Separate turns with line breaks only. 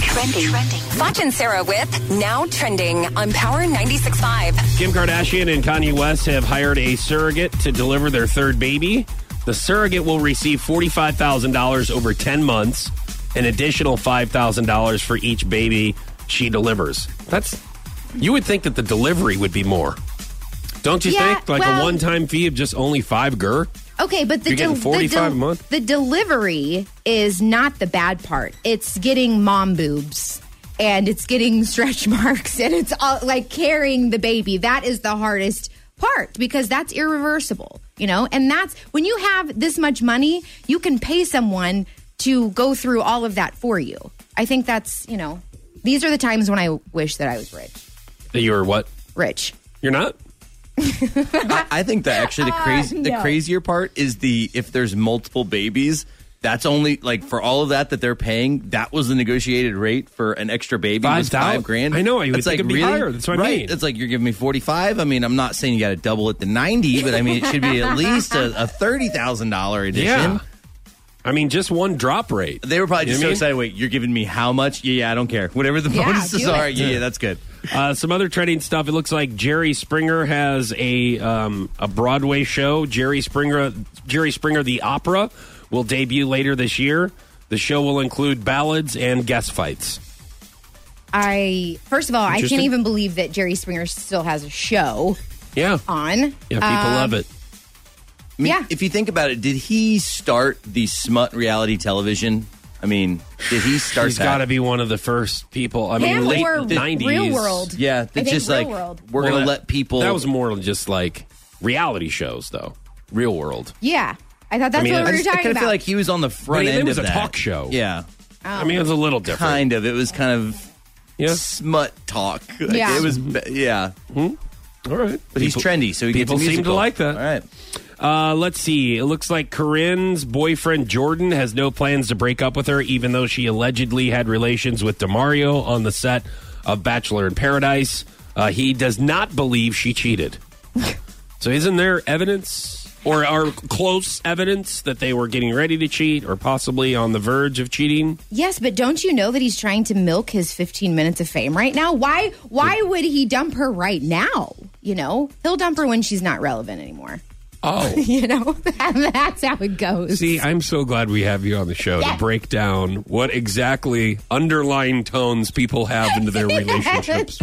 Trending. Trending. Foch and Sarah with Now Trending on Power 96.5.
Kim Kardashian and Kanye West have hired a surrogate to deliver their third baby. The surrogate will receive $45,000 over 10 months, an additional $5,000 for each baby she delivers. That's you would think that the delivery would be more. Don't you
Yeah,
think? Like a
well-
one-time fee of just only 5 gur?
Okay, but the
You're getting
del-
45
the,
a month?
the delivery is not the bad part. It's getting mom boobs and it's getting stretch marks and it's all like carrying the baby. That is the hardest part because that's irreversible, you know? And that's when you have this much money, you can pay someone to go through all of that for you. I think that's, you know, these are the times when I wish that I was rich.
You're what?
Rich.
You're not?
I, I think that actually the crazy the
Uh, no.
crazier part is the if there's multiple babies. That's only like for all of that that they're paying. That was the negotiated rate for an extra baby was
Five thou-
five grand.
I know, I would think
it's like
it'd be
really
higher, that's what I
right.
mean.
It's like you're giving me forty five. I mean, I'm not saying you got to double it to ninety, but I mean it should be at least a, a thirty thousand dollar edition.
I mean, just one drop rate.
They were probably
You
just
know
so
what I
excited. Wait, you're giving me how much? Yeah, yeah, I don't care. Whatever the
Yeah,
bonuses
do it.
are, yeah, yeah, that's good.
Uh, some other trending stuff. It looks like Jerry Springer has a um, a Broadway show. Jerry Springer, Jerry Springer, the opera will debut later this year. The show will include ballads and guest fights.
I first of all, I
Interesting.
can't even believe that Jerry Springer still has a show
Yeah,
on.
yeah, people
Um,
love it.
I mean,
Yeah.
If you think about it, did he start the smut reality television? I mean, did he start
He's
that?
got to be one of the first people. I mean,
Him
late
or
nineties,
Real World.
Yeah,
I
that
think
just
Real
like
World.
we're
Well,
gonna
that-
let people.
That was more just like reality shows, though. Real world.
Yeah, I thought that's
mean,
what
I
we
I
were talking
kind of
about.
feel like he was on the front
But it
end
was
of
a
that.
talk show.
Yeah,
Oh.
I mean, it was a little different.
kind of. It was kind of
Yeah.
smut talk. Like,
Yeah.
it was. be- Yeah,
All right.
but he's trendy, so he
people
gets a
seem to
musical.
like that.
All right.
Uh, let's see. It looks like Corinne's boyfriend Jordan has no plans to break up with her, even though she allegedly had relations with Demario on the set of Bachelor in Paradise. Uh, he does not believe she cheated. so, isn't there evidence or are close evidence that they were getting ready to cheat or possibly on the verge of cheating?
yes, but don't you know that he's trying to milk his 15 minutes of fame right now? Why? Why would he dump her right now? You know, he'll dump her when she's not relevant anymore.
Oh.
You know, that's how it goes.
See, I'm so glad we have you on the show to
Yes.
break down what exactly underlying tones people have into their relationships.